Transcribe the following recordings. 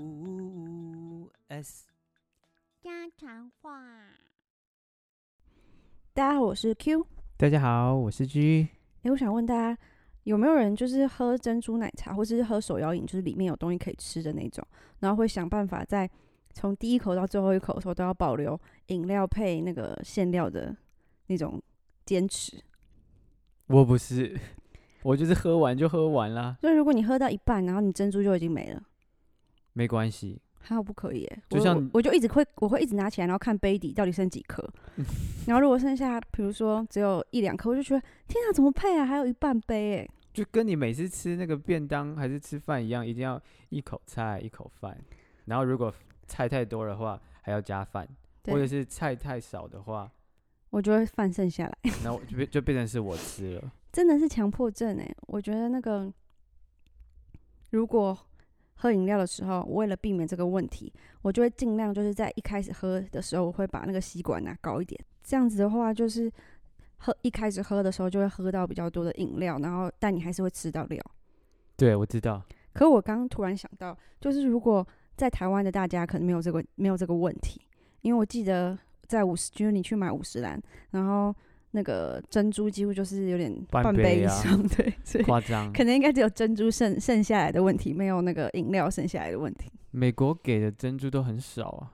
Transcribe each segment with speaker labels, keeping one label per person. Speaker 1: U S
Speaker 2: 家常话。
Speaker 3: 大家好，我是 Q。
Speaker 1: 大家好，我是 G。
Speaker 3: 哎、我想问大家，有没有人就是喝珍珠奶茶，或者是喝手摇饮，就是里面有东西可以吃的那种，然后会想办法在从第一口到最后一口的时候都要保留饮料配那个馅料的那种坚持。
Speaker 1: 我不是， 我就是喝完就喝完啦，
Speaker 3: 所以如果你喝到一半，然后你珍珠就已经没了，
Speaker 1: 没关系。
Speaker 3: 还好不可以耶。
Speaker 1: 就
Speaker 3: 我
Speaker 1: 像
Speaker 3: 我我就一直会，我会一直拿起来，然后看杯底到底剩几 颗。然后如果剩下，比如说只有一两颗，我就觉得天啊，怎么配啊？还有一半杯哎。
Speaker 1: 就跟你每次吃那个便当还是吃饭一样，一定要一口菜一口饭，然后如果菜太多的话还要加饭，或者
Speaker 3: 对，
Speaker 1: 是菜太少的话，
Speaker 3: 我就会饭剩下来。
Speaker 1: 那我就变就变成是我吃了。
Speaker 3: 真的是强迫症哎、我觉得那个，如果喝饮料的时候，为了避免这个问题，我就会尽量就是在一开始喝的时候，我会把那个吸管拿、高一点。这样子的话，就是喝一开始喝的时候就会喝到比较多的饮料，然后但你还是会吃到料。
Speaker 1: 对，我知 道，
Speaker 3: 可我刚刚突然想到，就是如果在台湾的大家可能没有这个没有这个问题，因为我记得在五十，就是你去买五十兰，然后那个珍珠几乎就是有点
Speaker 1: 半
Speaker 3: 半
Speaker 1: 杯
Speaker 3: 杯以
Speaker 1: 啊
Speaker 3: 上， 对，所以
Speaker 1: 夸张。
Speaker 3: 可能应该只有珍珠剩剩下来的问题，没有那个饮料剩下来的问题。
Speaker 1: 美国给的珍珠都很 少啊，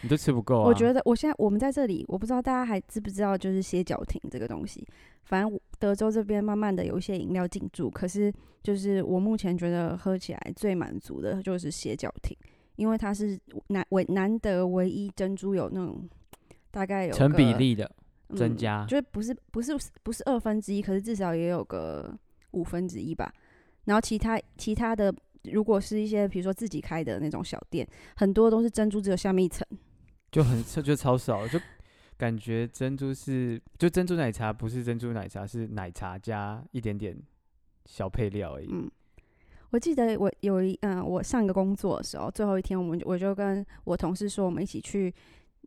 Speaker 1: 你都吃不够啊。
Speaker 3: 我觉得我现在我们在这里，我不知道大家还知不知道，就是歇脚亭这个东西。反正我德州这边慢慢的有一些饮料进驻，可是就是我目前觉得喝起来最满足的就是歇脚亭，因为它是难唯难得唯一珍珠有那种大概有
Speaker 1: 成比
Speaker 3: 个、
Speaker 1: 例的
Speaker 3: 嗯
Speaker 1: 增加
Speaker 3: 就是不是不是不是二分之一，可是至少也有个五分之一吧。然后其他其他的，如果是一些比如说自己开的那种小店，很多都是珍珠只有下面一层。
Speaker 1: 就很就就超少，就感觉珍珠是就珍珠奶茶不是珍珠奶茶，是奶茶加一点点小配料而已。
Speaker 3: 嗯，我记得我有一嗯、我上个工作的时候，最后一天我们就我就跟我同事说，我们一起去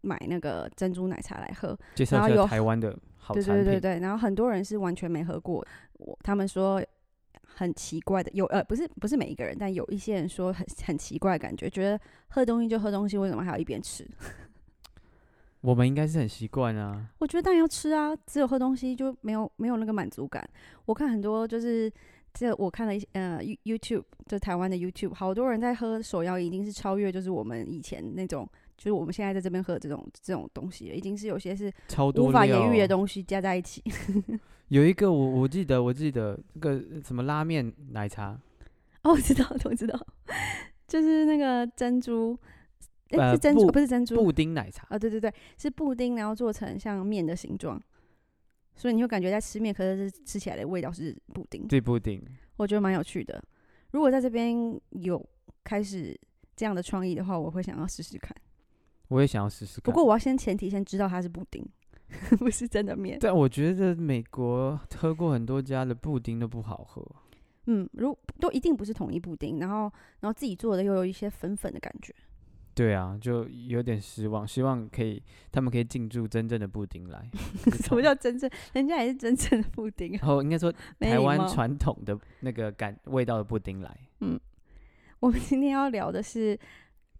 Speaker 3: 买那个珍珠奶茶来喝。
Speaker 1: 介绍
Speaker 3: 然后
Speaker 1: 一下
Speaker 3: 有
Speaker 1: 台 湾的好
Speaker 3: 对
Speaker 1: 产
Speaker 3: 对
Speaker 1: 品，
Speaker 3: 对对，然后很多人是完全没喝过，我他们说很奇怪的，有呃不是不是每一个人，但有一些人说很很奇怪的感觉，觉得喝东西就喝东西，为什么还要一边吃？
Speaker 1: 我们应该是很习惯啊。
Speaker 3: 我觉得当然要吃啊，只有喝东西就没有没有那个满足感。我看很多就是这我看了一些呃 You- YouTube 就台湾的 YouTube，好多人在喝手摇饮，已经是超越就是我们以前那种。就是我们现在在这边喝的这种这种东西了，已经是有些是
Speaker 1: 超多
Speaker 3: 无法
Speaker 1: 料
Speaker 3: 言喻的
Speaker 1: 哦
Speaker 3: 东西加在一起。
Speaker 1: 有一个我我记得我记得那个什么拉面奶茶，
Speaker 3: 哦，我知道，我知道， 就是那个珍珠，哎、
Speaker 1: 呃
Speaker 3: 是珍珠，
Speaker 1: 布
Speaker 3: 不是珍珠
Speaker 1: 布丁奶茶，
Speaker 3: 啊、对对对，是布丁，然后做成像面的形状，所以你会感觉在吃面，可是是吃起来的味道是布丁。
Speaker 1: 对布丁，
Speaker 3: 我觉得蛮有趣的。如果在这边有开始这样的创意的话，我会想要试试看。
Speaker 1: 我也想要试试看。
Speaker 3: 不过我要先前提先知道它是布丁， 不是真的面。
Speaker 1: 但我觉得美国喝过很多家的布丁都不好喝，
Speaker 3: 嗯，如都一定不是统一布丁，然后然后自己做的又有一些粉粉的感 觉。。
Speaker 1: 对啊，就有点失望。希望可以他们可以进驻真正的布丁来
Speaker 3: 什么叫真正？人家也是真正的布丁啊。
Speaker 1: 然后应该说
Speaker 3: 没
Speaker 1: 台
Speaker 3: 礼
Speaker 1: 湾
Speaker 3: 貌
Speaker 1: 传统的那个感味道的布丁来
Speaker 3: 我们今天要聊的是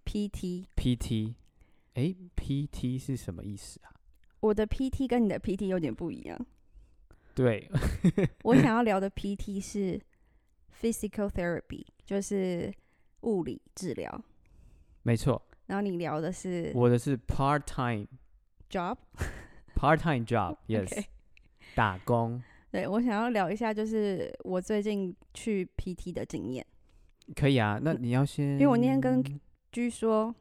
Speaker 3: PT，
Speaker 1: PT，哎，PT 是什么意思啊？
Speaker 3: 我的 PT 跟你的 PT 有点不一样。
Speaker 1: 对，
Speaker 3: 我想要聊的 PT 是 physical therapy，就是物理治疗。
Speaker 1: 没错，
Speaker 3: 然后你聊的是
Speaker 1: 我的是 part time
Speaker 3: job。
Speaker 1: part time job，yes，、
Speaker 3: OK
Speaker 1: 打工。
Speaker 3: 对我想要聊一下，就是我最近去 PT 的经验。
Speaker 1: 可以啊，那
Speaker 3: 嗯
Speaker 1: 你要先，
Speaker 3: 因为我那天跟据说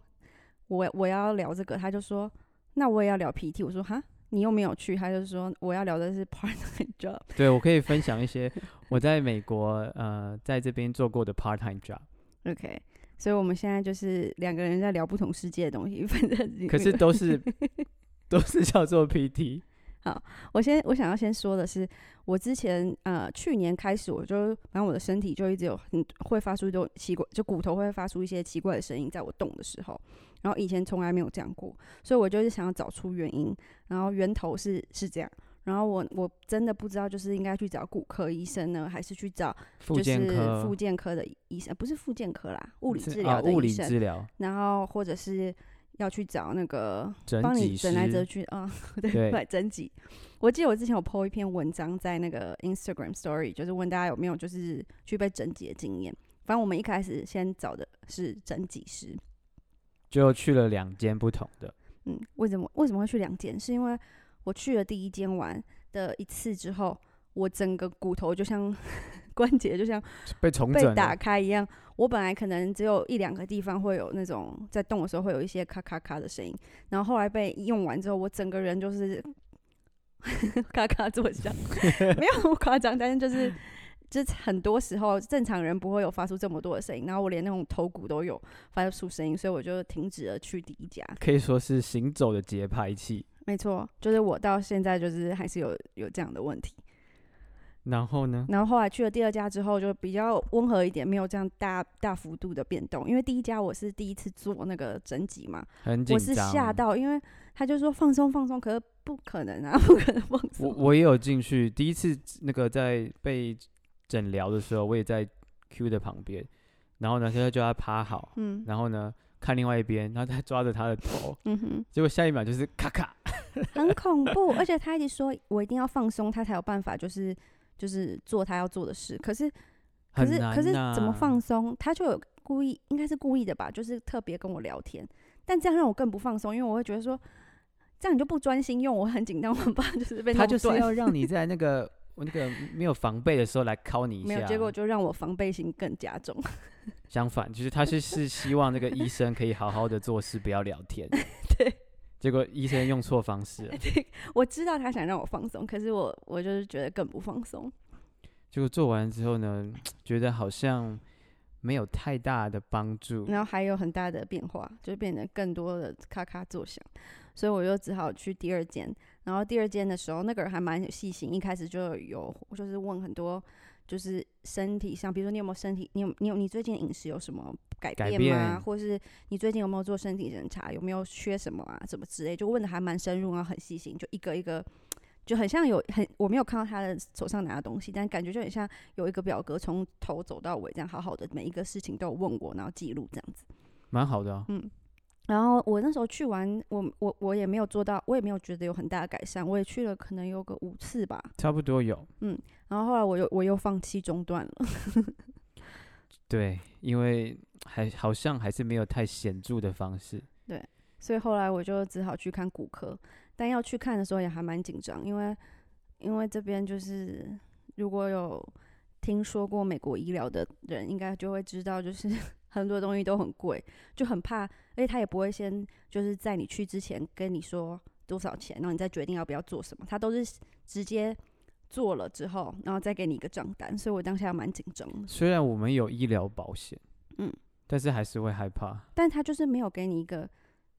Speaker 3: 我我要聊这个，他就说那我也要聊 PT。我说哈，你又没有去，他就说我要聊的是 part time job。
Speaker 1: 对我可以分享一些我在美国呃在这边做过的 part time job，
Speaker 3: OK，所以我们现在就是两个人在聊不同世界的东西。反正你
Speaker 1: 可是 都是都是叫做 PT，
Speaker 3: 我先我想要先说的是，我之前呃去年开始我就反正我的身体就一直有很会发出一种奇怪，就骨头会发出一些奇怪的声音，在我动的时候，然后以前从来没有这样过，所以我就是想要找出原因，然后源头是是这样，然后我我真的不知道，就是应该去找骨科医生呢，还是去找
Speaker 1: 复
Speaker 3: 就
Speaker 1: 健
Speaker 3: 是
Speaker 1: 科、
Speaker 3: 复健科的医生，呃不是复健科啦，物理
Speaker 1: 是
Speaker 3: 治
Speaker 1: 啊
Speaker 3: 疗的
Speaker 1: 物
Speaker 3: 医
Speaker 1: 理
Speaker 3: 生，
Speaker 1: 治疗、
Speaker 3: 然后或者是要去找那个
Speaker 1: 整
Speaker 3: 帮你
Speaker 1: 脊
Speaker 3: 整来整
Speaker 1: 师，
Speaker 3: 去啊，
Speaker 1: 对
Speaker 3: 对， 来整脊。我记得我之前有 po 一篇文章在那个 Instagram Story，就是问大家有没有就是去被整脊的经验。反正我们一开始先找的是整脊师，
Speaker 1: 就去了两间不同的，
Speaker 3: 嗯，为什么为什么会去两间？是因为我去了第一间玩的一次之后，我整个骨头就像 关节就像
Speaker 1: 被重
Speaker 3: 被
Speaker 1: 整
Speaker 3: 打
Speaker 1: 了，
Speaker 3: 开一样。我本来可能只有一两个地方会有那种在动的时候会有一些咔咔咔的声音，然后后来被用完之后，我整个人就是 咔咔作响，没有那么夸张，但是就是。就是很多时候正常人不会有发出这么多的声音，然后我连那种头骨都有发出声音，所以我就停止了去第一家。
Speaker 1: 可以说是行走的节拍器。
Speaker 3: 没错，就是我到现在就是还是有有这样的问题。
Speaker 1: 然后呢，
Speaker 3: 然后后来去了第二家之后，就比较温和一点，没有这样大大幅度的变动。因为第一家我是第一次做那个整脊嘛，
Speaker 1: 很紧
Speaker 3: 我是
Speaker 1: 张，
Speaker 3: 吓到，因为他就说放松放松，可是不可能啊， 不可能放
Speaker 1: 我
Speaker 3: 松。
Speaker 1: 我也有进去，第一次那个在被诊疗的时候，我也在 Q 的旁边，然后呢，现在叫他趴好，
Speaker 3: 嗯
Speaker 1: 然后呢看另外一边，然后他抓着他的头，
Speaker 3: 嗯哼，
Speaker 1: 结果下一秒就是咔咔，
Speaker 3: 很恐怖，而且他一直说我一定要放松，他才有办法就是就是做他要做的事。可是可
Speaker 1: 很
Speaker 3: 是
Speaker 1: 难、啊、
Speaker 3: 可是怎么放？松？他就有故意，应该是故意的吧，就是特别跟我聊天，但这样让我更不放松，因为我会觉得说，这样你就不专心用，我很紧张， 我怕就是被
Speaker 1: 他
Speaker 3: 弄
Speaker 1: 就是
Speaker 3: 断
Speaker 1: 要 让你在那个我那个没有防备的时候来敲你一
Speaker 3: 没
Speaker 1: 下，
Speaker 3: 有，结果就让我防备心更加重。
Speaker 1: 相反，就是他是是希望那个医生可以好好的做事，不要聊天。
Speaker 3: 对，
Speaker 1: 结果医生用错方 式了，
Speaker 3: 我知道他想让我放松，可是我我就是觉得更不放松。
Speaker 1: 结果做完之后呢，觉得好像没有太大的帮助。
Speaker 3: 然后还有很大的变化，就变得更多的咔咔作响，所以我就只好去第二间。然后第二间的时候，那个人还蛮细心，一开始就有就是问很多，就是身体上，比如说你有没有身体，你有你有你最近饮食有什么改
Speaker 1: 改
Speaker 3: 变吗？
Speaker 1: 变
Speaker 3: 或是你最近有没有做身体检查，有没有缺什么啊，什么之类，就问的还蛮深入，然后很细心，就一个一个。就很像有很，我没有看到他的手上拿的东西，但感觉就很像有一个表格从头走到尾，这样好好的每一个事情都有问我，然后记录这样子。
Speaker 1: 蛮好的、哦，
Speaker 3: 然后我那时候去完，我我我也没有做到，我也没有觉得有很大的改善，我也去了可能有个五次吧。
Speaker 1: 差不多有
Speaker 3: 然后后来我又我又放弃中断了，
Speaker 1: 对，因为还好像还是没有太显著的方式。
Speaker 3: 所以后来我就只好去看骨科。但要去看的时候也还蛮紧张，因为因为这边就是如果有听说过美国医疗的人，应该就会知道，就是 很多东西都很贵，就很怕，而且他也不会先就是在你去之前跟你说多少钱，然后你再决定要不要做什么，他都是直接做了之后，然后再给你一个账单，所以我当下蛮紧张的。
Speaker 1: 虽然我们有医疗保险，
Speaker 3: 嗯，
Speaker 1: 但是还是会害怕。
Speaker 3: 但他就是没有给你一个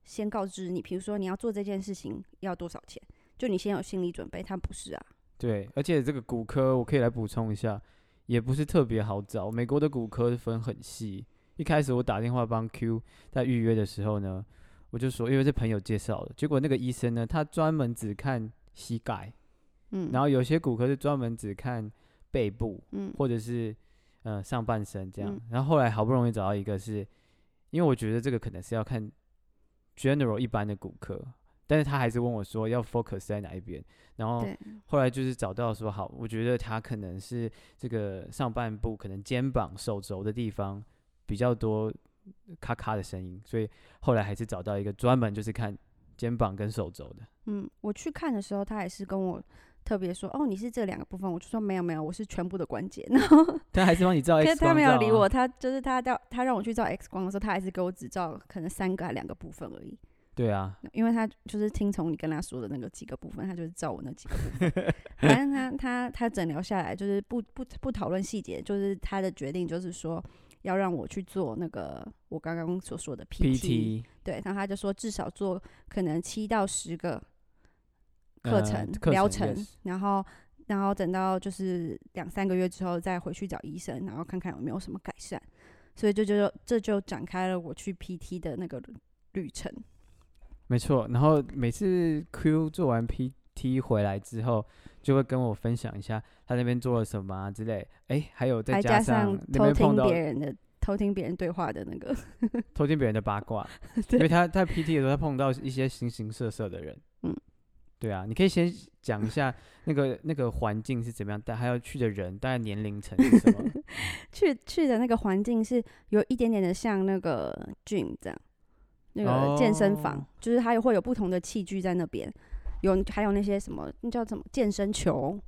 Speaker 3: 先告知你，比如说你要做这件事情要多少钱，就你先有心理准备。他不是啊，
Speaker 1: 对，而且这个骨科我可以来补充一下，也不是特别好找。美国的骨科分很细，一开始我打电话帮 Q 在预约的时候呢，我就说因为是朋友介绍的，结果那个医生呢，他专门只看膝盖，
Speaker 3: 嗯，
Speaker 1: 然后有些骨科是专门只看背部
Speaker 3: 嗯
Speaker 1: 或者是呃上半身这样
Speaker 3: 嗯。
Speaker 1: 然后后来好不容易找到一个是，因为我觉得这个可能是要看 general 一般的骨科，但是他还是问我说要 focus 在哪一边，然后。
Speaker 3: 对，
Speaker 1: 后来就是找到说好，我觉得他可能是这个上半部，可能肩膀、手肘的地方比较多咔咔的声音，所以后来还是找到一个专门就是看肩膀跟手肘的。
Speaker 3: 嗯，我去看的时候，他也是跟我特别说，哦，你是这两个部分，我就说没有没有，我是全部的关节。然 后，
Speaker 1: 但还是帮你照 X
Speaker 3: 可是
Speaker 1: 光照、啊。
Speaker 3: 他没有理我，他就是他到他让我去照 X 光的时候，他还是给我只照可能三个还两个部分而已，
Speaker 1: 对啊，
Speaker 3: 因为他就是听从你跟他说的那个几个部分，他就是照我那几个部 分。反正他他他诊疗下来就是不不不讨论细节，就是他的决定就是说要让我去做那个我刚刚所说的
Speaker 1: PT
Speaker 3: 对，然后他就说至少做可能七到十个课
Speaker 1: 呃
Speaker 3: 程、
Speaker 1: 课
Speaker 3: 疗
Speaker 1: 程
Speaker 3: 程
Speaker 1: yes，
Speaker 3: 然后然后等到就是两三个月之后再回去找医生，然后看看有没有什么改善。所以这就这就展开了我去 PT 的那个旅程。
Speaker 1: 没错。然后每次 Q 做完 P 踢回来之后，就会跟我分享一下他那边做了什么啊之类。哎，还有再
Speaker 3: 还加
Speaker 1: 上那
Speaker 3: 偷
Speaker 1: 边碰
Speaker 3: 听
Speaker 1: 到
Speaker 3: 别人的偷听别人对话的那个，
Speaker 1: 偷听别人的八卦，因
Speaker 3: 对，
Speaker 1: 为他在 PT 的时候，他碰到一些形形色色的人。
Speaker 3: 嗯，
Speaker 1: 对啊，你可以先讲一下那个那个环境是怎么样，但还要去的人，大概年龄层是 什么？
Speaker 3: 去去的那个环境是有一点点的像那个 gym 这样，那个健身房，
Speaker 1: 哦
Speaker 3: 就是它也会有不同的器具在那边，有还有那些什么那叫什么健身球，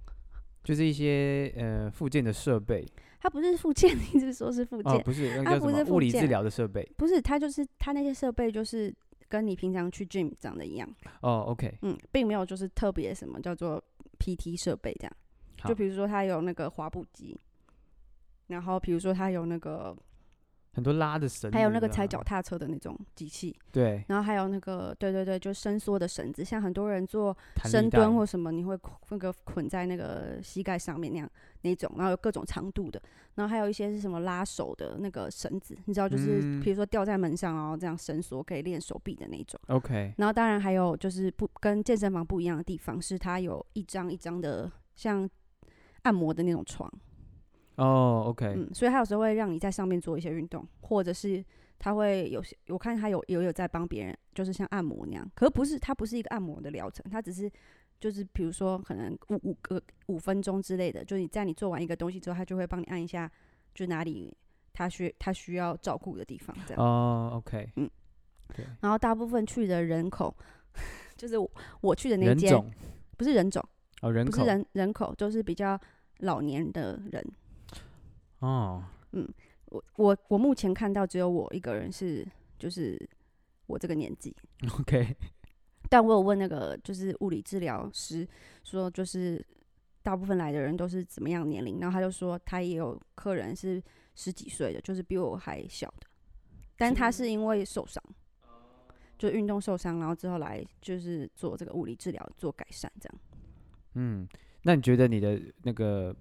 Speaker 1: 就是一些呃附件的设备
Speaker 3: 它不是附件， 一直说是附件，
Speaker 1: 哦，不是那
Speaker 3: 啊
Speaker 1: 个叫什
Speaker 3: 不
Speaker 1: 么
Speaker 3: 是附
Speaker 1: 物理治
Speaker 3: 件
Speaker 1: 疗的设备
Speaker 3: 不是它就是它那些设备就是跟你平常去 gym 长得一样，
Speaker 1: 哦。OK，
Speaker 3: 嗯，并没有就是特别什么叫做 PT 设备这样。
Speaker 1: 好
Speaker 3: 就比如说它有那个滑步机，然后比如说它有那个，
Speaker 1: 很多拉的绳、啊，
Speaker 3: 还有那个踩脚，踏车的那种机器，
Speaker 1: 对，
Speaker 3: 然后还有那个，对对对，就伸缩的绳子，像很多人做
Speaker 1: 弹力
Speaker 3: 深
Speaker 1: 带
Speaker 3: 蹲或什么，你会捆那个捆在那个膝盖上面那样那种，然后有各种长度的，然后还有一些是什么拉手的那个绳子，你知道，就是
Speaker 1: 嗯
Speaker 3: 比如说吊在门上，然后这样伸缩可以练手臂的那种。
Speaker 1: OK，
Speaker 3: 然后当然还有就是不跟健身房不一样的地方是，它有一张一张的像按摩的那种床，
Speaker 1: 哦，OK，
Speaker 3: 嗯，所以它有时候会让你在上面做一些运动，或者是它会有些我看它有也有在帮别人，就是像按摩那样，可不是它不是一个按摩的疗程，它只是就是比如说可能五五个五分钟之类的，就是你在你做完一个东西之后，它就会帮你按一下，就哪里它需它需要照顾的地方这样。
Speaker 1: 哦，OK，
Speaker 3: 嗯
Speaker 1: 对，
Speaker 3: 然后大部分去的人口， 就是我我去的那
Speaker 1: 人
Speaker 3: 间
Speaker 1: 种
Speaker 3: 不是人种，
Speaker 1: 哦，人
Speaker 3: 不
Speaker 1: 口
Speaker 3: 是人人口，就是比较老年的人。
Speaker 1: 哦，
Speaker 3: 我我我目前看到只有我一个人是就是我这个年纪，
Speaker 1: OK，
Speaker 3: 但我有问那个就是物理治疗师说，就是大部分来的人都是怎么样年龄，然后他就说他也有客人是十几岁的，就是比我还小的，但他是因为受伤，就运动受伤，然后之后来就是做这个物理治疗做改善这样。
Speaker 1: 嗯，那你觉得你的那个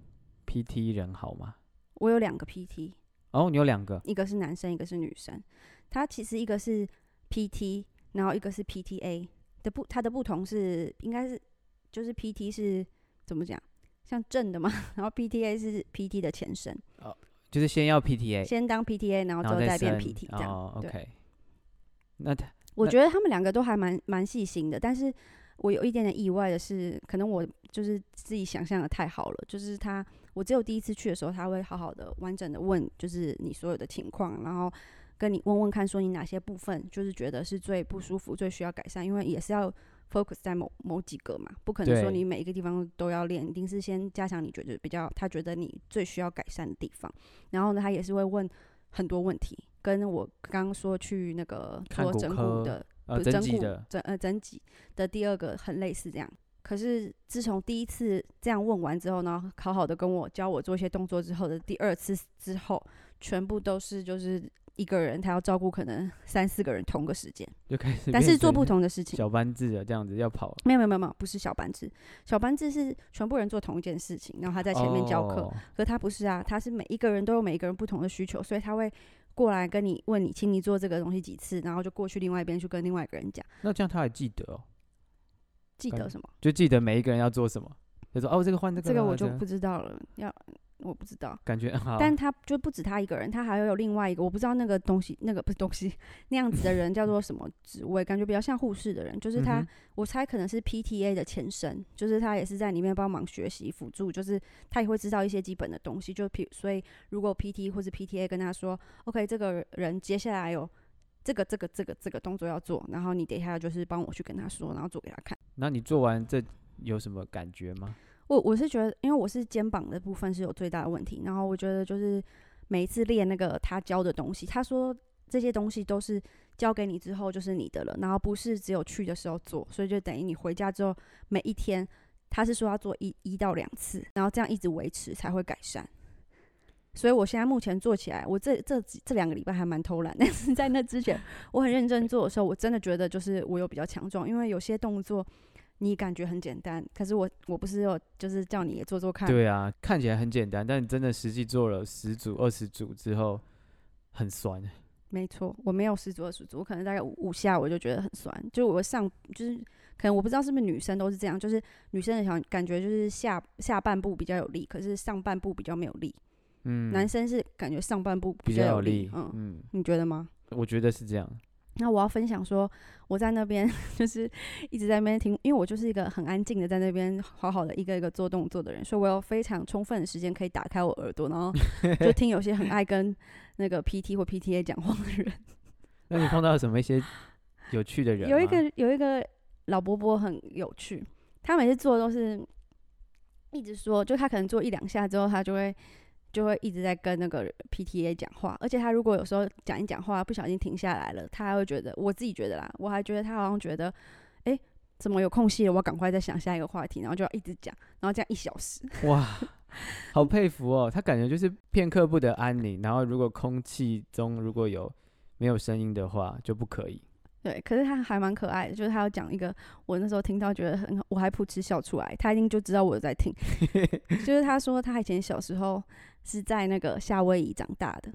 Speaker 1: PT 人好吗？
Speaker 3: 我有两个 PT，
Speaker 1: 哦，你有两个，
Speaker 3: 一个是男生，一个是女生。他其实一个是 PT，然后一个是 PTA 的不，它的不同是应该是就是 PT 是怎么讲，像正的嘛， 然后 PTA 是 PT 的前身，
Speaker 1: 就是先要 PTA，
Speaker 3: 先当 PTA，然后之
Speaker 1: 然
Speaker 3: 后
Speaker 1: 后
Speaker 3: 再变
Speaker 1: 升
Speaker 3: PT 这样。
Speaker 1: 哦
Speaker 3: 对
Speaker 1: ，OK，那他
Speaker 3: 我
Speaker 1: 那
Speaker 3: 觉得他们两个都还蛮蛮细心的，但是我有一点点意外的是，可能我就是自己想象的太好了，就是他，我只有第一次去的时候，他会好好的完整的问，就是你所有的情况，然后跟你问问看，说你哪些部分就是觉得是最不舒服、最需要改善，因为也是要 focus 在某某几个嘛，不可能说
Speaker 1: 对
Speaker 3: 你每一个地方都要练，一定是先加强你觉得比较他觉得你最需要改善的地方，然后呢，他也是会问很多问题，跟我刚刚说去那个
Speaker 1: 看
Speaker 3: 做
Speaker 1: 骨
Speaker 3: 整
Speaker 1: 科
Speaker 3: 骨的，
Speaker 1: 呃
Speaker 3: 不是
Speaker 1: 增
Speaker 3: 整
Speaker 1: 肌
Speaker 3: 骨
Speaker 1: 的，
Speaker 3: 整呃整脊的第二个很类似这样。可是自从第一次这样问完之后呢，好好的跟我教我做一些动作之后的第二次之后，全部都是就是一个人他要照顾可能 三四个人同个时间，
Speaker 1: 就开 始，
Speaker 3: 但是做不同的事情。
Speaker 1: 小班制的这样子要跑，
Speaker 3: 没有没有没有没有，不是小班制，小班制是全部人做同一件事情，然后他在前面教课，
Speaker 1: 哦
Speaker 3: 可他不是啊，他是每一个人都有每一个人不同的需求，所以他会过来跟你问你，请你做这个东西几次，然后就过去另外一边去跟另外一个人讲，
Speaker 1: 那这样他还记得哦，
Speaker 3: 记
Speaker 1: 感
Speaker 3: 得
Speaker 1: 觉
Speaker 3: 什么？
Speaker 1: 就记得每一个人要做什么。就说哦，这个换这个
Speaker 3: 这
Speaker 1: 啦，
Speaker 3: 个我就
Speaker 1: 样
Speaker 3: 不知道了，要我不知道。
Speaker 1: 感觉，好
Speaker 3: 但他就不止他一个人，他还有另外一个，我不知道那个东西，那个不是东西，那样子的人叫做什么职位？感觉比较像护士的人，就是他，
Speaker 1: 嗯哼
Speaker 3: 我猜可能是 PTA 的前身，就是他也是在里面帮忙学习辅助，就是他也会知道一些基本的东西。就譬所以，如果 PT 或是 PTA 跟他说，OK，这个人接下来有这个这个这个这个动作要做，然后你等一下就是帮我去跟他说，然后做给他看。
Speaker 1: 那你做完这有什么感觉吗？
Speaker 3: 我我是觉得，因为我是肩膀的部分是有最大的问题，然后我觉得就是每一次练那个他教的东西，他说这些东西都是交给你之后就是你的了，然后不是只有去的时候做，所以就等于你回家之后每一天，他是说要做一一到两次，然后这样一直维持才会改善。所以我现在目前做起来，我这这几这两个礼拜还蛮偷懒，但是在那之前我很认真做的时候，我真的觉得就是我有比较强壮，因为有些动作你感觉很简单，可是我我不是有就是叫你也做做看，
Speaker 1: 对啊，看起来很简单，但你真的实际做了十组、二十组之后，很酸。欸
Speaker 3: 没错，我没有十足二十足，我可能大概五五下我就觉得很酸，就我上就是可能我不知道是不是女生都是这样，就是女生的小感觉就是下下半部比较有力，可是上半部比较没有力。
Speaker 1: 嗯，
Speaker 3: 男生是感觉上半部
Speaker 1: 比
Speaker 3: 较
Speaker 1: 较有
Speaker 3: 力
Speaker 1: 力，，
Speaker 3: 嗯，
Speaker 1: 嗯，
Speaker 3: 你觉得吗？
Speaker 1: 我觉得是这样，
Speaker 3: 那我要分享说，我在那边 就是一直在那边听，因为我就是一个很安静的在那边好好的一个一个做动作的人，所以我有非常充分的时间可以打开我耳朵， 然后就听有些很爱跟那个 PT 或 PTA 讲话的人。
Speaker 1: 那你碰到什么 一些有趣的人吗？
Speaker 3: 有一个有一个老伯伯很有趣，他每次做都是一直说，就他可能做一两下之后，他就会就会一直在跟那个 PTA 讲话，而且他如果有时候讲一讲话不小心停下来了，他还会觉得，我自己觉得啦，我还觉得他好像觉得，哎、怎么有空隙了？我要赶快再想下一个话题，然后就要一直讲，然后这样一小时。
Speaker 1: 哇，好佩服哦！他感觉就是片刻不得安宁，然后如果空气中如果有没有声音的话就不可以。
Speaker 3: 对，可是他还蛮可爱的，就是他要讲一个，我那时候听到觉得很好，我还噗嗤笑出来，他一定就知道我有在听。就是他说他以前小时候是在那个夏威夷长大的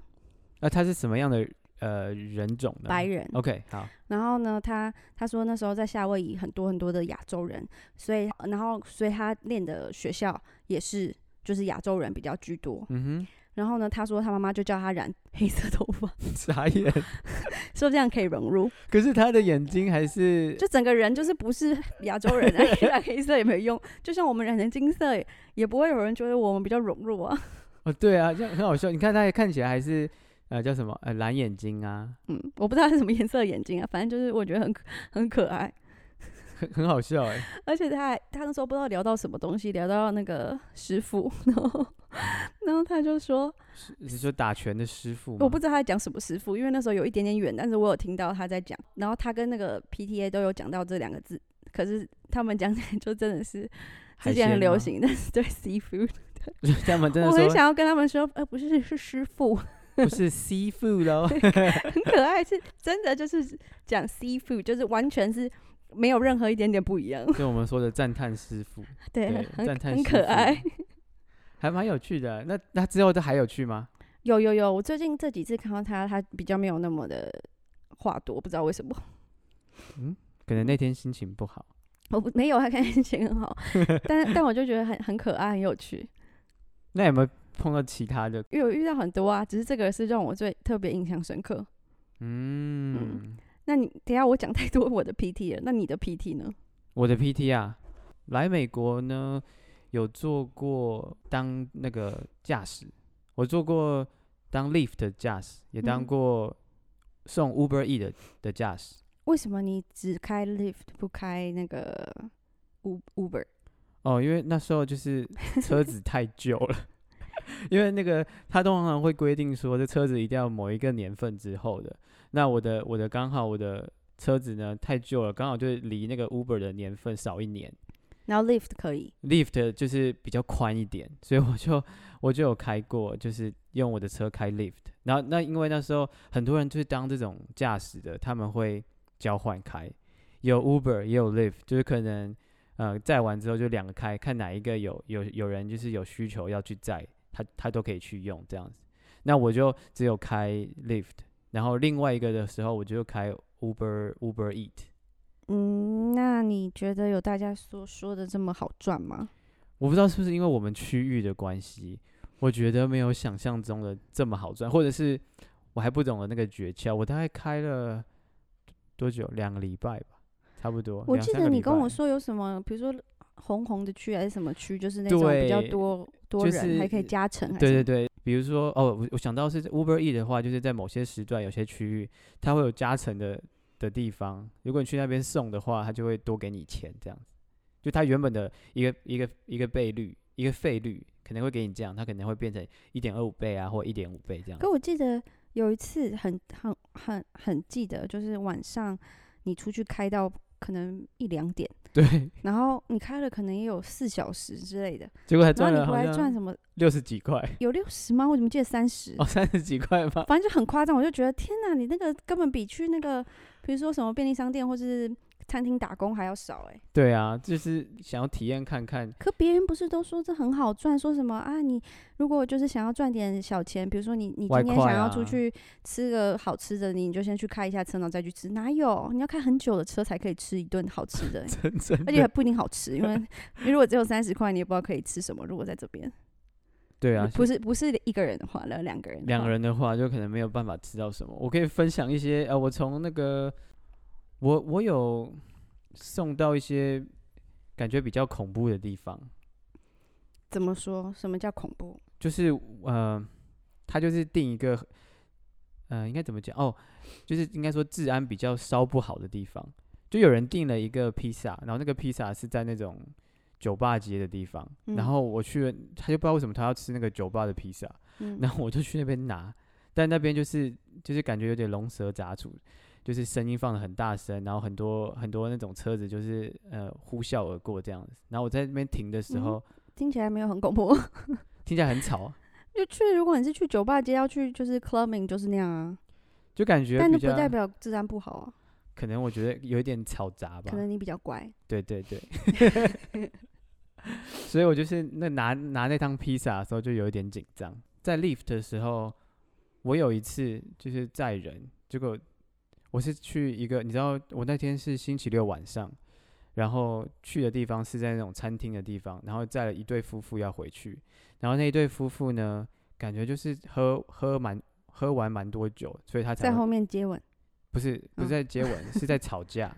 Speaker 1: 那、他是什么样的呃人种呢？
Speaker 3: 白人，
Speaker 1: OK，好，
Speaker 3: 然后呢，他他说那时候在夏威夷很多很多的亚洲人，所以然后所以他念的学校也是就是亚洲人比较居多。
Speaker 1: 嗯
Speaker 3: 然后呢，他说他妈妈就叫他染 黑色头发，
Speaker 1: 哼， 傻眼。
Speaker 3: 说这样可以融入，
Speaker 1: 可是他的眼睛还是
Speaker 3: 就整个人就是不是 亚洲人、 啊，染黑色也没有用，就像我们染成金色也也不会有人觉得我们比较融入啊。
Speaker 1: 哦，对啊，这样很好笑。你看他也看起来还是呃叫什么呃蓝眼睛啊，
Speaker 3: 嗯，我不知道他是什么颜色的眼睛啊，反正就是我觉得很可 很可爱。
Speaker 1: 很很好笑哎、
Speaker 3: 而且他还他那时候不知道聊到什么东西，聊到那个师傅， 然后然后他就说，
Speaker 1: 是你说打拳的师傅吗？
Speaker 3: 我不知道他在讲什么师傅，因为那时候有一点点远，但是我有听到他在讲，然后他跟那个 PTA 都有讲到这两个字，可是他们讲起来就真的是
Speaker 1: 海
Speaker 3: 之前
Speaker 1: 鲜
Speaker 3: 很流
Speaker 1: 吗，
Speaker 3: 行，但是 对 seafood，
Speaker 1: 他们真的
Speaker 3: 我很
Speaker 1: 说
Speaker 3: 想要跟他们说，呃，不是是师傅，
Speaker 1: 不是 seafood 喽，
Speaker 3: 很可爱，是真的就是讲 seafood，就是完全是没有任何一点点不一样，
Speaker 1: 就我们说的赞叹师傅，
Speaker 3: 对，
Speaker 1: 对，
Speaker 3: 很
Speaker 1: 赞叹
Speaker 3: 很
Speaker 1: 师
Speaker 3: 可
Speaker 1: 傅
Speaker 3: 爱。，
Speaker 1: 还蛮有趣的。啊那那之后都还有去吗？
Speaker 3: 有有有，我最近这几次看到他，他比较没有那么的话多，不知道为什么。
Speaker 1: 可能那天心情不好。
Speaker 3: 我不没有，他看起来心情很 好，但但我就觉得很很可爱，很有趣。
Speaker 1: 那有没有碰到其他的？
Speaker 3: 因为我遇到很多啊，只是这个是让我最特别印象深刻。
Speaker 1: 嗯，
Speaker 3: 那你等一下我讲太多我的 PT 了，那你的 PT 呢？
Speaker 1: 我的 PT 啊，来美国呢有做过当那个驾驶，我做过当 Lyft 的驾驶，也当
Speaker 3: 嗯
Speaker 1: 过送 Uber E 的的驾驶。
Speaker 3: 为什么你只开 Lyft 不开那个 U- Uber？
Speaker 1: 哦，因为那时候就是车子太旧了，因为那个他通常会规定说，这车子一定要某一个年份之后的。那我的我的刚好我的车子呢太旧了，刚好就是离那个 Uber 的年份少一年
Speaker 3: 然后 Lyft 可以，
Speaker 1: ，Lift 就是比较宽一点，所以我就 我就有开过，就是用我的车开 Lift。然后那因为那时候很多人就是当这种驾驶的，他们会交换开，有 Uber 也有 Lyft，就是可能呃载完之后就两个开，看哪一个有有有人就是有需求要去载，他他都可以去用这样子。那我就只有开 Lyft，然后另外一个的时候我就开 Uber Uber Eat。
Speaker 3: 嗯，那你觉得有大家所说的这么好赚吗？
Speaker 1: 我不知道是不是因为我们区域的关系，我觉得没有想象中的这么好赚，或者是我还不懂得那个诀窍。我大概开了多久？两个礼拜吧，差不多。
Speaker 3: 我
Speaker 1: 哦两
Speaker 3: 记
Speaker 1: 三
Speaker 3: 得
Speaker 1: 个
Speaker 3: 你
Speaker 1: 礼
Speaker 3: 跟我
Speaker 1: 拜
Speaker 3: 说有什么，比如说红红的区还是什么区，就是那种比较
Speaker 1: 对
Speaker 3: 多多
Speaker 1: 就
Speaker 3: 人，还可以
Speaker 1: 是
Speaker 3: 加成还是
Speaker 1: 对
Speaker 3: 什
Speaker 1: 对
Speaker 3: 么，
Speaker 1: 对，比如说哦，我我想到是 Uber E 的话，就是在某些时段、有些区域，它会有加成的的地方。如果你去那边送的话，它就会多给你钱，这样子。就它原本的一个一个一个倍率、一个费率，可能会给你这样，它可能会变成一点二五倍啊，或一点五倍这样子。
Speaker 3: 可我记得有一次很很很很记得，就是晚上你出去开到可能一两点，
Speaker 1: 对，
Speaker 3: 然后你开了可能也有四小时之类的，
Speaker 1: 结果还
Speaker 3: 然
Speaker 1: 赚
Speaker 3: 后
Speaker 1: 了
Speaker 3: 你
Speaker 1: 好
Speaker 3: 回来赚
Speaker 1: 像
Speaker 3: 什么
Speaker 1: 六十 几块，
Speaker 3: 有六十吗？我怎么记得三 十、
Speaker 1: 哦，三十几块吧。
Speaker 3: 反正就很夸张，我就觉得天哪，你那个根本比去那个，比如说什么便利商店或是餐厅打工还要少哎、
Speaker 1: 对啊，就是想要体验看看，
Speaker 3: 可别人不是都说这很好赚，说什么啊？你如果就是想要赚点小钱，比如说你你
Speaker 1: 外
Speaker 3: 今天
Speaker 1: 快
Speaker 3: 想要
Speaker 1: 啊
Speaker 3: 出去吃个好吃的，你就先去开一下车，然后再去吃。哪有？你要开很久的车才可以吃一顿好吃的欸、
Speaker 1: 真真
Speaker 3: 而且还
Speaker 1: 的
Speaker 3: 不一定好吃， 因为因为如果只有三十块，你也不知道可以吃什么。如果在这边，
Speaker 1: 对啊，
Speaker 3: 不是不是一个人的话，那两个人的
Speaker 1: 两
Speaker 3: 话
Speaker 1: 个人的话，就可能没有办法吃到什么。我可以分享一些，呃，我从那个，我我有送到一些感觉比较恐怖的地方，
Speaker 3: 怎么说？什么叫恐怖？
Speaker 1: 就是呃，他就是定一个，呃，应该怎么讲？哦，就是应该说治安比较稍不好的地方，就有人订了一个披萨，然后那个披萨是在那种酒吧街的地方，
Speaker 3: 嗯
Speaker 1: 然后我去了，他就不知道为什么他要吃那个酒吧的披萨，
Speaker 3: 嗯，
Speaker 1: 然后我就去那边拿，但那边就是就是感觉有点龙蛇杂处，就是声音放的很大声，然后很多很多那种车子就是呃呼啸而过这样子。然后我在那边停的时
Speaker 3: 嗯哼
Speaker 1: 候，
Speaker 3: 听起来没有很恐怖。
Speaker 1: 听起来很吵，啊
Speaker 3: 就去，如果你是去酒吧街，要去就是 clubbing，就是那样啊。
Speaker 1: 就感觉
Speaker 3: 但
Speaker 1: 比
Speaker 3: 那不
Speaker 1: 较
Speaker 3: 代表治安不好啊，
Speaker 1: 可能我觉得有一点吵杂吧
Speaker 3: 可。能你比较乖。
Speaker 1: 对对对。 所以我就是那拿拿那趟披萨的时候就有一点紧张。在 lift 的时候，我有一次就是载人，结果我是去一个，你知道我那天是星期六晚上，然后去的地方是在那种餐厅的地方，然后载了一对夫妇要回去，然后那一对夫妇呢，感觉就是喝喝蛮喝完蛮多酒，所以他才
Speaker 3: 在
Speaker 1: 会
Speaker 3: 后面接吻，
Speaker 1: 不是不
Speaker 3: 嗯哦
Speaker 1: 是在接吻，是在吵 架。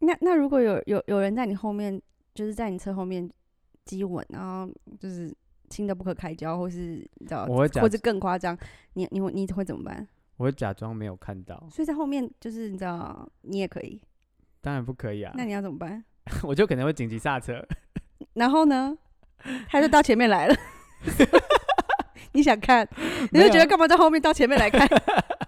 Speaker 3: 那那如果有有有人在你后面，就是在你车后面激吻，然后就是亲的不可开交，或是你知道，
Speaker 1: 我会假
Speaker 3: 或是更夸张，你你会你会怎么办？
Speaker 1: 我会假装没有看到，
Speaker 3: 所以在后面就是你知道，你也可以，
Speaker 1: 当然不可以啊。
Speaker 3: 那你要怎么办？
Speaker 1: 我就可能会紧急刹车，
Speaker 3: 然后呢，他就到前面来了。 你想看，你
Speaker 1: 没
Speaker 3: 就
Speaker 1: 有
Speaker 3: 觉得干嘛在后面到前面来看？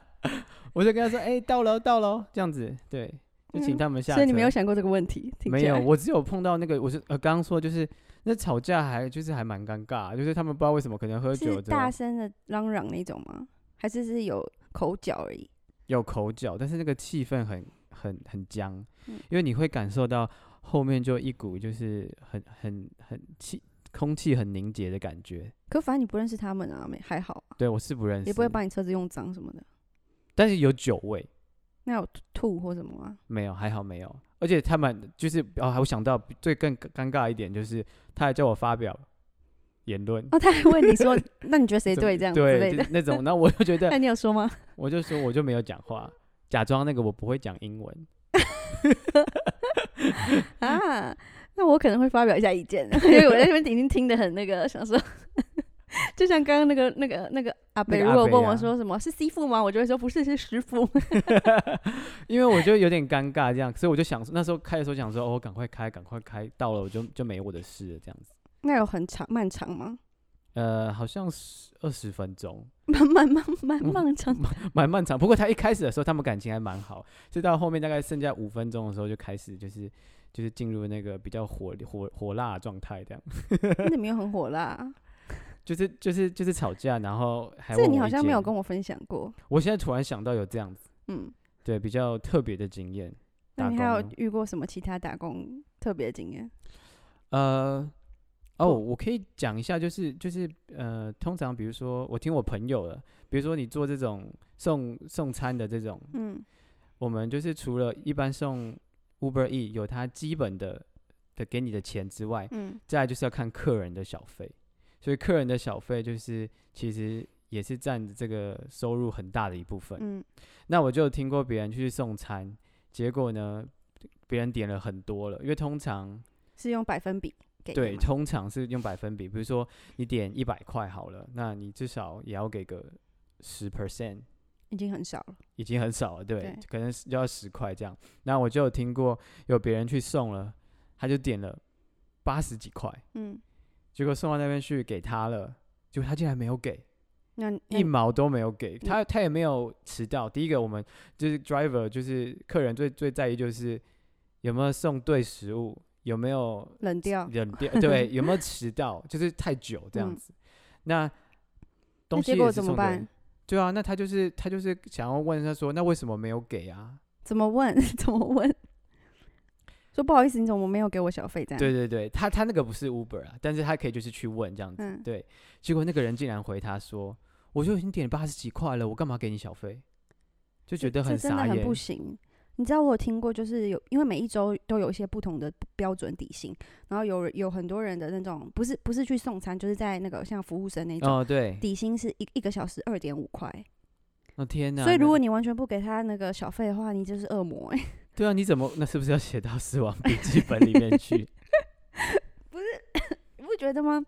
Speaker 1: 我就跟他说：“哎、到了，到了。”这样子，对，就请他们 下
Speaker 3: 嗯
Speaker 1: 车。
Speaker 3: 所以你没有想过这个问题，听
Speaker 1: 没
Speaker 3: 起
Speaker 1: 有，
Speaker 3: 来
Speaker 1: 我只有碰到那个，我是呃，刚刚说就是那吵架还就是还蛮尴尬，就是他们不知道为什么可能喝酒
Speaker 3: 是
Speaker 1: 之后
Speaker 3: 大声的嚷嚷那种吗？还是是有口角而已？
Speaker 1: 有口角，但是那个气氛很很很僵，
Speaker 3: 嗯
Speaker 1: 因为你会感受到后面就一股就是很很很气，空气很凝结的感觉。
Speaker 3: 可反正你不认识他们啊，没还好啊，
Speaker 1: 对我是不认识，
Speaker 3: 也不会把你车子用脏什么的。
Speaker 1: 但是有酒味。
Speaker 3: 那有吐或什么啊？
Speaker 1: 没有，还好没有。而且他们就是哦，我想到最更尴尬一点就是，他还叫我发表言论，
Speaker 3: 哦，他还问你说，那你觉得谁
Speaker 1: 怎
Speaker 3: 对这样之类
Speaker 1: 对，就
Speaker 3: 的？
Speaker 1: 是那种。然后我就觉
Speaker 3: 那
Speaker 1: 得，
Speaker 3: 你有说 吗？
Speaker 1: 我就说我就没有讲话，假装那个我不会讲 英文。
Speaker 3: 啊，那我可能会发表一下意见， 因为我在这边已经听得很那个，想说， 就像刚刚那个那个那个阿北，
Speaker 1: 那个
Speaker 3: 如
Speaker 1: 阿
Speaker 3: 果
Speaker 1: 伯
Speaker 3: 问我
Speaker 1: 啊
Speaker 3: 说什么是师傅吗？我就会说不是，是师 傅。
Speaker 1: 因为我就有点尴尬这样，所以我就想那时候开的时候想说，哦，赶快开，赶快开，到了我就就没我的事了这样子。
Speaker 3: 那有很长漫长吗？
Speaker 1: 呃，好像是二十分钟，
Speaker 3: 漫漫漫漫
Speaker 1: 嗯
Speaker 3: 漫长，
Speaker 1: 蛮漫长。不过他一开始的时候，他们感情还蛮好，是到后面大概剩下五分钟的时候，就开始就是就是进入那个比较火火火辣的状态，这样，
Speaker 3: 那你没有很火辣啊、
Speaker 1: 就是就是就是吵架，然后 还
Speaker 3: 这
Speaker 1: 问
Speaker 3: 你
Speaker 1: 我
Speaker 3: 好
Speaker 1: 意
Speaker 3: 像没有
Speaker 1: 见
Speaker 3: 跟我分享过。
Speaker 1: 我现在突然想到有这样子，
Speaker 3: 嗯，
Speaker 1: 对比较特别的经验。
Speaker 3: 那
Speaker 1: 打
Speaker 3: 你还有
Speaker 1: 工
Speaker 3: 遇过什么其他打工特别的经验？
Speaker 1: 呃，哦，我可以讲一下，就是就是呃，通常比如说我听我朋友的，比如说你做这种送送餐的这种，
Speaker 3: 嗯，
Speaker 1: 我们就是除了一般送 Uber E 有它基本的的给你的钱之外，
Speaker 3: 嗯，
Speaker 1: 再来就是要看客人的小费，所以客人的小费就是其实也是占这个收入很大的一部分。
Speaker 3: 嗯，
Speaker 1: 那我就有听过别人去送餐，结果呢，别人点了很多了，因为通常
Speaker 3: 是用百分比给的
Speaker 1: 对
Speaker 3: 吗
Speaker 1: 通常是用百分比，比如说你点一百块好了，那你至少也要给个十 percent
Speaker 3: 已经很少了。
Speaker 1: 已经很少了，对，
Speaker 3: 对
Speaker 1: 可能是要十块这样。那我就有听过有别人去送了，他就点了八十几块，
Speaker 3: 嗯，
Speaker 1: 结果送到那边去给他了，结果他竟然没有给，
Speaker 3: 那那
Speaker 1: 一毛都没有给
Speaker 3: 你
Speaker 1: 他，他也没有迟到。第一个，我们就是 driver，就是客人最最在意就是有没有送对食物，有没有
Speaker 3: 冷掉，
Speaker 1: 冷 掉，对，有没有迟到， 就是太久这样
Speaker 3: 嗯
Speaker 1: 子。那东
Speaker 3: 那
Speaker 1: 西
Speaker 3: 结
Speaker 1: 也
Speaker 3: 果
Speaker 1: 是
Speaker 3: 怎么
Speaker 1: 送的人
Speaker 3: 办？
Speaker 1: 对啊，那他就是他就是想要问他说，那为什么没有给啊？
Speaker 3: 怎么问？ 怎么问？说不好意思，你怎么没有给我小费？这样
Speaker 1: 对对对，他他那个不是 Uber 啊，但是他可以就是去问这样子。
Speaker 3: 嗯，
Speaker 1: 对，结果那个人竟然回他说：“我就已经点八十几块了，我干嘛给你小费？”就觉
Speaker 3: 这
Speaker 1: 得很
Speaker 3: 这真的
Speaker 1: 傻
Speaker 3: 很
Speaker 1: 眼
Speaker 3: 不。行。你知道我有听过，就是有因为每一周都有一些不同的标准底薪，然后有有很多人的那种不是不是去送餐，就是在那个像服务生那种、
Speaker 1: 哦，对，
Speaker 3: 底薪是一一个小时二点五块，
Speaker 1: 哦天哪！
Speaker 3: 所以如
Speaker 1: 那
Speaker 3: 果你完全不给他那个小费的话，你就是恶魔、欸。
Speaker 1: 对啊，你怎么那是不是要写到死亡笔记本里 面去？
Speaker 3: 你不觉得吗？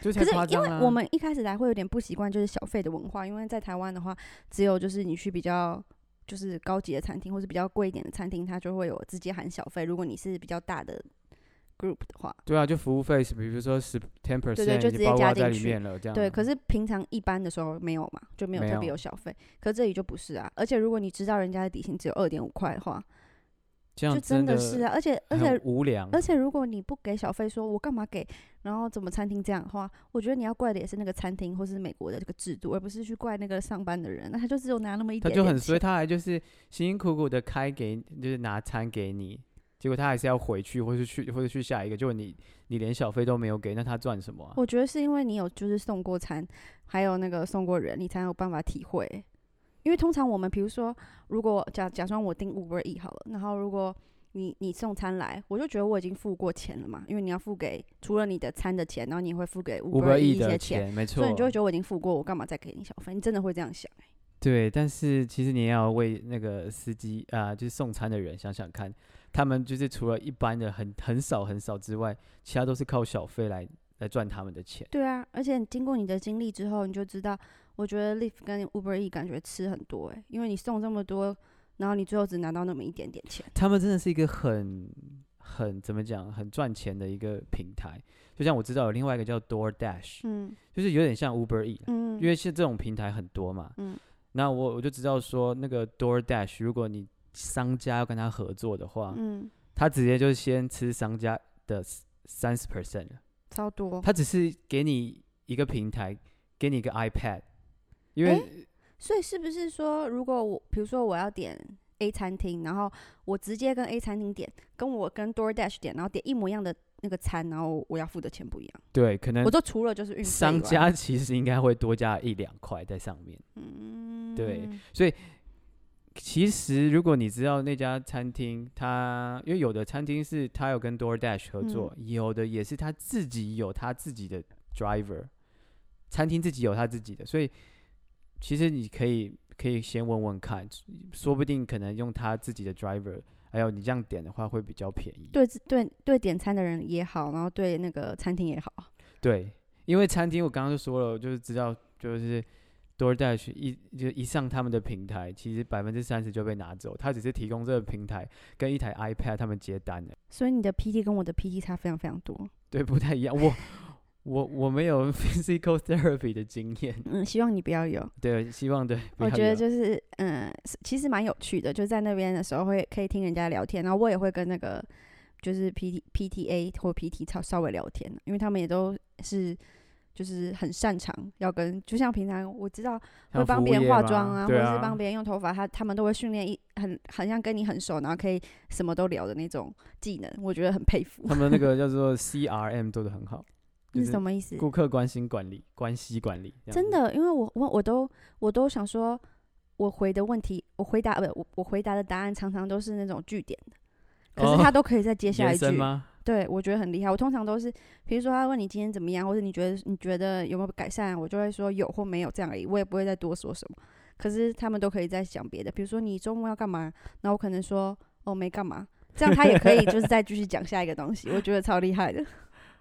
Speaker 1: 就
Speaker 3: 可
Speaker 1: 太
Speaker 3: 是
Speaker 1: 夸
Speaker 3: 因
Speaker 1: 张
Speaker 3: 为
Speaker 1: 啊！
Speaker 3: 我们一开始来会有点不习惯，就是小费的文化，因为在台湾的话，只有就是你去比较就是高级的餐厅或是比较贵一点的餐厅，它就会有直接含小费。如果你是比较大的 group 的话，
Speaker 1: 对啊，就服务费是比如说十 ten
Speaker 3: 对
Speaker 1: percent
Speaker 3: 就
Speaker 1: 已
Speaker 3: 直
Speaker 1: 经
Speaker 3: 接
Speaker 1: 包
Speaker 3: 加
Speaker 1: 括
Speaker 3: 进
Speaker 1: 在里
Speaker 3: 去
Speaker 1: 面了，这样
Speaker 3: 对，
Speaker 1: 啊
Speaker 3: 可是平常一般的时候没有嘛，就没有
Speaker 1: 没
Speaker 3: 特别
Speaker 1: 有
Speaker 3: 有小费。可这里就不是啊，而且如果你知道人家的底薪只有二点五块的话，
Speaker 1: 这样
Speaker 3: 就真
Speaker 1: 的
Speaker 3: 是啊，而且而
Speaker 1: 很
Speaker 3: 且
Speaker 1: 无良。
Speaker 3: 而且如果你不给小费，说我干嘛给，然后怎么餐厅这样的话，我觉得你要怪的也是那个餐厅或是美国的这个制度，而不是去怪那个上班的人，那他就只有拿那么一
Speaker 1: 他
Speaker 3: 点
Speaker 1: 就
Speaker 3: 点
Speaker 1: 很衰，
Speaker 3: 钱
Speaker 1: 他还就是辛辛苦苦的开给，就是拿餐给你，结果他还是要回去，或是去，或者去下一个，结果你你连小费都没有给，那他赚什么、啊？
Speaker 3: 我觉得是因为你有就是送过餐，还有那个送过人，你才有办法体会。因为通常我们比如说，如果假假装我订 Uber E 好了，然后如果你你送餐来，我就觉得我已经付过钱了嘛，因为你要付给除了你的餐的钱，然后你也会付给 Uber
Speaker 1: Uber
Speaker 3: E
Speaker 1: E
Speaker 3: 一些
Speaker 1: 的，钱，没错，
Speaker 3: 所以你就会觉得我已经付过，我干嘛再给你小费？你真的会这样想。
Speaker 1: 对。但是其实你也要为那个司机啊、就是送餐的人想想看，他们就是除了一般的很很少很少之外，其他都是靠小费来来赚他们的钱。
Speaker 3: 对啊，而且经过你的经历之后，你就知道，我觉得 l i f 跟 Uber E 感觉吃很多哎、因为你送这么多，然后你最后只拿到那么一点点钱。
Speaker 1: 他们真的是一个很很怎么讲，很赚钱的一个平台。就像我知道有另外一个叫 DoorDash，、
Speaker 3: 嗯
Speaker 1: 就是有点像 Uber E，啦
Speaker 3: 嗯，
Speaker 1: 因为现在这种平台很多嘛，
Speaker 3: 嗯
Speaker 1: 那我我就知道说，那个 DoorDash，如果你商家要跟他合作的话，
Speaker 3: 嗯
Speaker 1: 他直接就先吃商家的三十 percent 了，
Speaker 3: 超多，
Speaker 1: 他只是给你一个平台，给你一个 iPad，因为、
Speaker 3: 所以是不是说，如果我比如说我要点 A 餐厅，然后我直接跟 A 餐厅点，跟我跟 DoorDash 点，然后点一模一样的那个餐，然后我要付的钱不一样，
Speaker 1: 对，可能
Speaker 3: 我就除了就是运费以
Speaker 1: 嗯商
Speaker 3: 外，
Speaker 1: 家其实应该会多加一两块在上面。
Speaker 3: 嗯，
Speaker 1: 对所以其实如果你知道那家餐厅，它因为有的餐厅是它有跟 DoorDash 合作，有的也是他自己有他自己的 driver，餐厅自己有他自己的，所以其实你可以可以先问问看，说不定可能用他自己的 driver，还有你这样点的话会比较便宜。
Speaker 3: 对对对，点餐的人也好，然后对那个餐厅也好，
Speaker 1: 对，因为餐厅我刚刚就说了，我就是知道就是 DoorDash 一就一上他们的平台，其实百分之三十就被拿走，他只是提供这个平台跟一台 iPad 他们接单的，
Speaker 3: 所以你的 PT 跟我的 PT 差非常非常多。
Speaker 1: 对，不太一样。我我我没有 physical therapy 的经验，
Speaker 3: 嗯，希望你不要有。
Speaker 1: 对，希望对，
Speaker 3: 我
Speaker 1: 不要
Speaker 3: 觉得
Speaker 1: 有
Speaker 3: 就是嗯，是其实蛮有趣的，就在那边的时候会可以听人家聊天，然后我也会跟那个就是 P T P T A 或 P T 稍稍微聊天，因为他们也都是就是很擅长要跟，就像平常我知道会
Speaker 1: 像
Speaker 3: 帮
Speaker 1: 服务
Speaker 3: 别人
Speaker 1: 业
Speaker 3: 化
Speaker 1: 吗
Speaker 3: 妆啊，或
Speaker 1: 对
Speaker 3: 者
Speaker 1: 啊
Speaker 3: 是帮别人用头发，他他们都会训练一很很像跟你很熟，然后可以什么都聊的那种技能，我觉得很佩服。
Speaker 1: 他们那个叫做 CRM 做的很好，就是
Speaker 3: 什么意思？
Speaker 1: 顾客关心管理、关系管理，
Speaker 3: 真。的，因为我我我都我都想说，我回的问题，我回答不，我我回答的答案常常都是那种句点的，可是
Speaker 1: 哦
Speaker 3: 他都可以再接下
Speaker 1: 延
Speaker 3: 一句。
Speaker 1: 伸吗？
Speaker 3: 对，我觉得很厉害。我通常都是，比如说他问你今天怎么样，或者你觉得你觉得有没有改善，啊我就会说有或没有这样而已，我也不会再多说什么。可是他们都可以再讲别的，比如说你周末要干嘛，然后我可能说哦没干嘛，这样他也可以就是再继续讲下一个东西，我觉得超厉害的。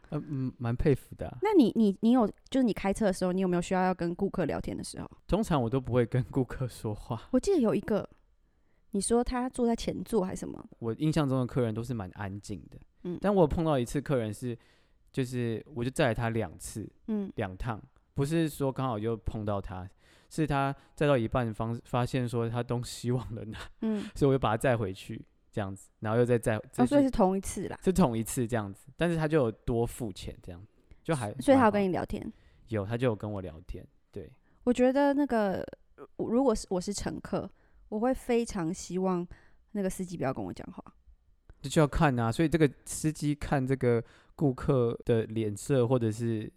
Speaker 1: 呃嗯，蛮佩服的啊、
Speaker 3: 那你你你有就是你开车的时候，你有没有需要要跟顾客聊天的时候？
Speaker 1: 通常我都不会跟顾客说话，
Speaker 3: 我记得有一个，你说他坐在前座还是什么？
Speaker 1: 我印象中的客人都是蛮安静的，
Speaker 3: 嗯
Speaker 1: 但我有碰到一次客人是，就是我就载了他两次
Speaker 3: 嗯
Speaker 1: 两趟，不是说刚好就碰到他，是他载到一半方发现说他东西忘了拿，
Speaker 3: 嗯，
Speaker 1: 所以我就把他载回去这样子，然后又再载，
Speaker 3: 哦，所以
Speaker 1: 是
Speaker 3: 是同一次啦，
Speaker 1: 是同一次这样子，但是他就有多付钱这样，就还
Speaker 3: 所以他有
Speaker 1: 嗯蛮好
Speaker 3: 跟你聊天。
Speaker 1: 有他就有跟我聊天，对，
Speaker 3: 我觉得那个，如如果是我是乘客，我会非常希望那个司机不要跟我讲话。
Speaker 1: 这就要看啊。所以这个司机看这个顾客的脸色或者是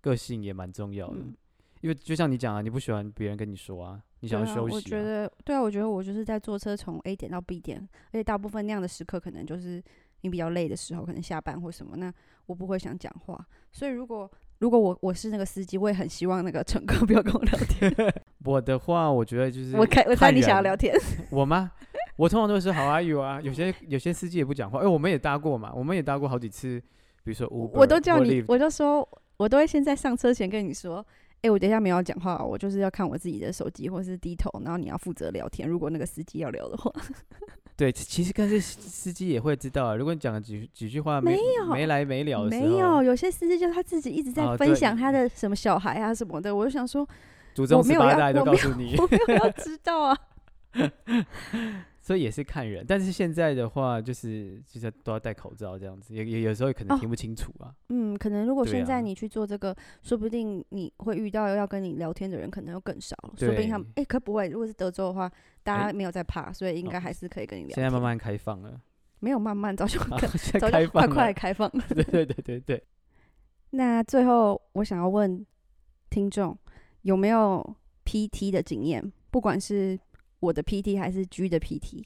Speaker 1: 个性也蛮重要的，
Speaker 3: 嗯，
Speaker 1: 因为就像你讲啊，你不喜欢别人跟你说啊，你想要
Speaker 3: 对啊
Speaker 1: 休息、
Speaker 3: 我觉得，对啊，我觉得我就是在坐车从 A 点到 B 点，而且大部分那样的时刻可能就是你比较累的时候，可能下班或什么，那我不会想讲话。所以如果如果我我是那个司机，我也很希望那个乘客不 要跟我聊天。
Speaker 1: 我的话，我觉得就是
Speaker 3: 我开我猜
Speaker 1: 看
Speaker 3: 你想要
Speaker 1: 人
Speaker 3: 聊天，
Speaker 1: 我吗？我通常都是 How are you 啊，有些有些司机也不讲话，哎、我们也搭过嘛，我们也搭过好几次，比如说 Uber，
Speaker 3: 我都叫
Speaker 1: 或
Speaker 3: 你，
Speaker 1: Lyft
Speaker 3: 我就说，我都会先在上车前跟你说，哎、我等一下没有要讲话，我就是要看我自己的手机或是低头，然后你要负责聊天。如果那个司机要聊的话，
Speaker 1: 对，其其实但是司司机也会知道啊，如果你讲了几几句话没
Speaker 3: 没有
Speaker 1: 没来没了的时候，
Speaker 3: 没有，有些司机就他自己一直在
Speaker 1: 哦
Speaker 3: 分
Speaker 1: 对
Speaker 3: 享他的什么小孩啊什么的，我就想说，
Speaker 1: 祖宗
Speaker 3: 我没
Speaker 1: 十
Speaker 3: 有
Speaker 1: 八
Speaker 3: 要
Speaker 1: 代都
Speaker 3: 我
Speaker 1: 告
Speaker 3: 没
Speaker 1: 诉你，
Speaker 3: 我没有要知道啊。
Speaker 1: 所以也是看人。但是现在的话，就是就是都要戴口罩这样子，也也有时候可能
Speaker 3: 哦
Speaker 1: 听不清楚啊。
Speaker 3: 嗯，可能如果
Speaker 1: 对
Speaker 3: 现
Speaker 1: 啊
Speaker 3: 在你去做这个，说不定你会遇到要跟你聊天的人可能又更少了，说不定他们哎、可不会，如果是德州的话，大
Speaker 1: 哎
Speaker 3: 家没有在怕，所以应
Speaker 1: 哦
Speaker 3: 该还是可以跟你聊
Speaker 1: 现
Speaker 3: 天。
Speaker 1: 在慢慢开放 了，
Speaker 3: 没有慢慢，早就
Speaker 1: 啊
Speaker 3: 开，
Speaker 1: 现
Speaker 3: 早
Speaker 1: 在 开
Speaker 3: 就快
Speaker 1: 放
Speaker 3: 快
Speaker 1: 了，
Speaker 3: 开放。
Speaker 1: 对对对对对。
Speaker 3: 那最后，我想要问听众有没有 PT 的经验，不管是我的 PT 还是 G 的 PT。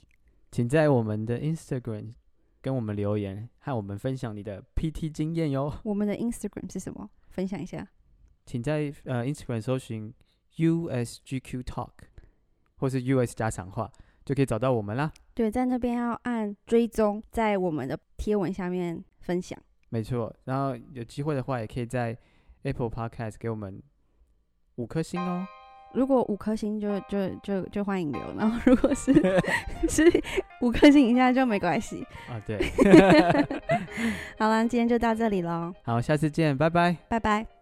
Speaker 1: 请在我们的 Instagram 跟我们留言，和我们分享你的 PT 经验哟。
Speaker 3: 我们的 Instagram 是什么？分享一下。
Speaker 1: 请在呃 Instagram 搜寻 USGQ Talk 或是 US 家常话，就可以找到我们啦。
Speaker 3: 对，在那边要按追踪，在我们的贴文下面分享。
Speaker 1: 没错，然后有机会的话，也可以在 Apple Podcast 给我们五颗星哦。
Speaker 3: 如果五颗星就就就就欢迎留，然后如果 是是五颗星以下就没关系。
Speaker 1: 啊，对，
Speaker 3: 好啦，今天就到这里喽，
Speaker 1: 好，下次见，拜拜。
Speaker 3: 拜拜。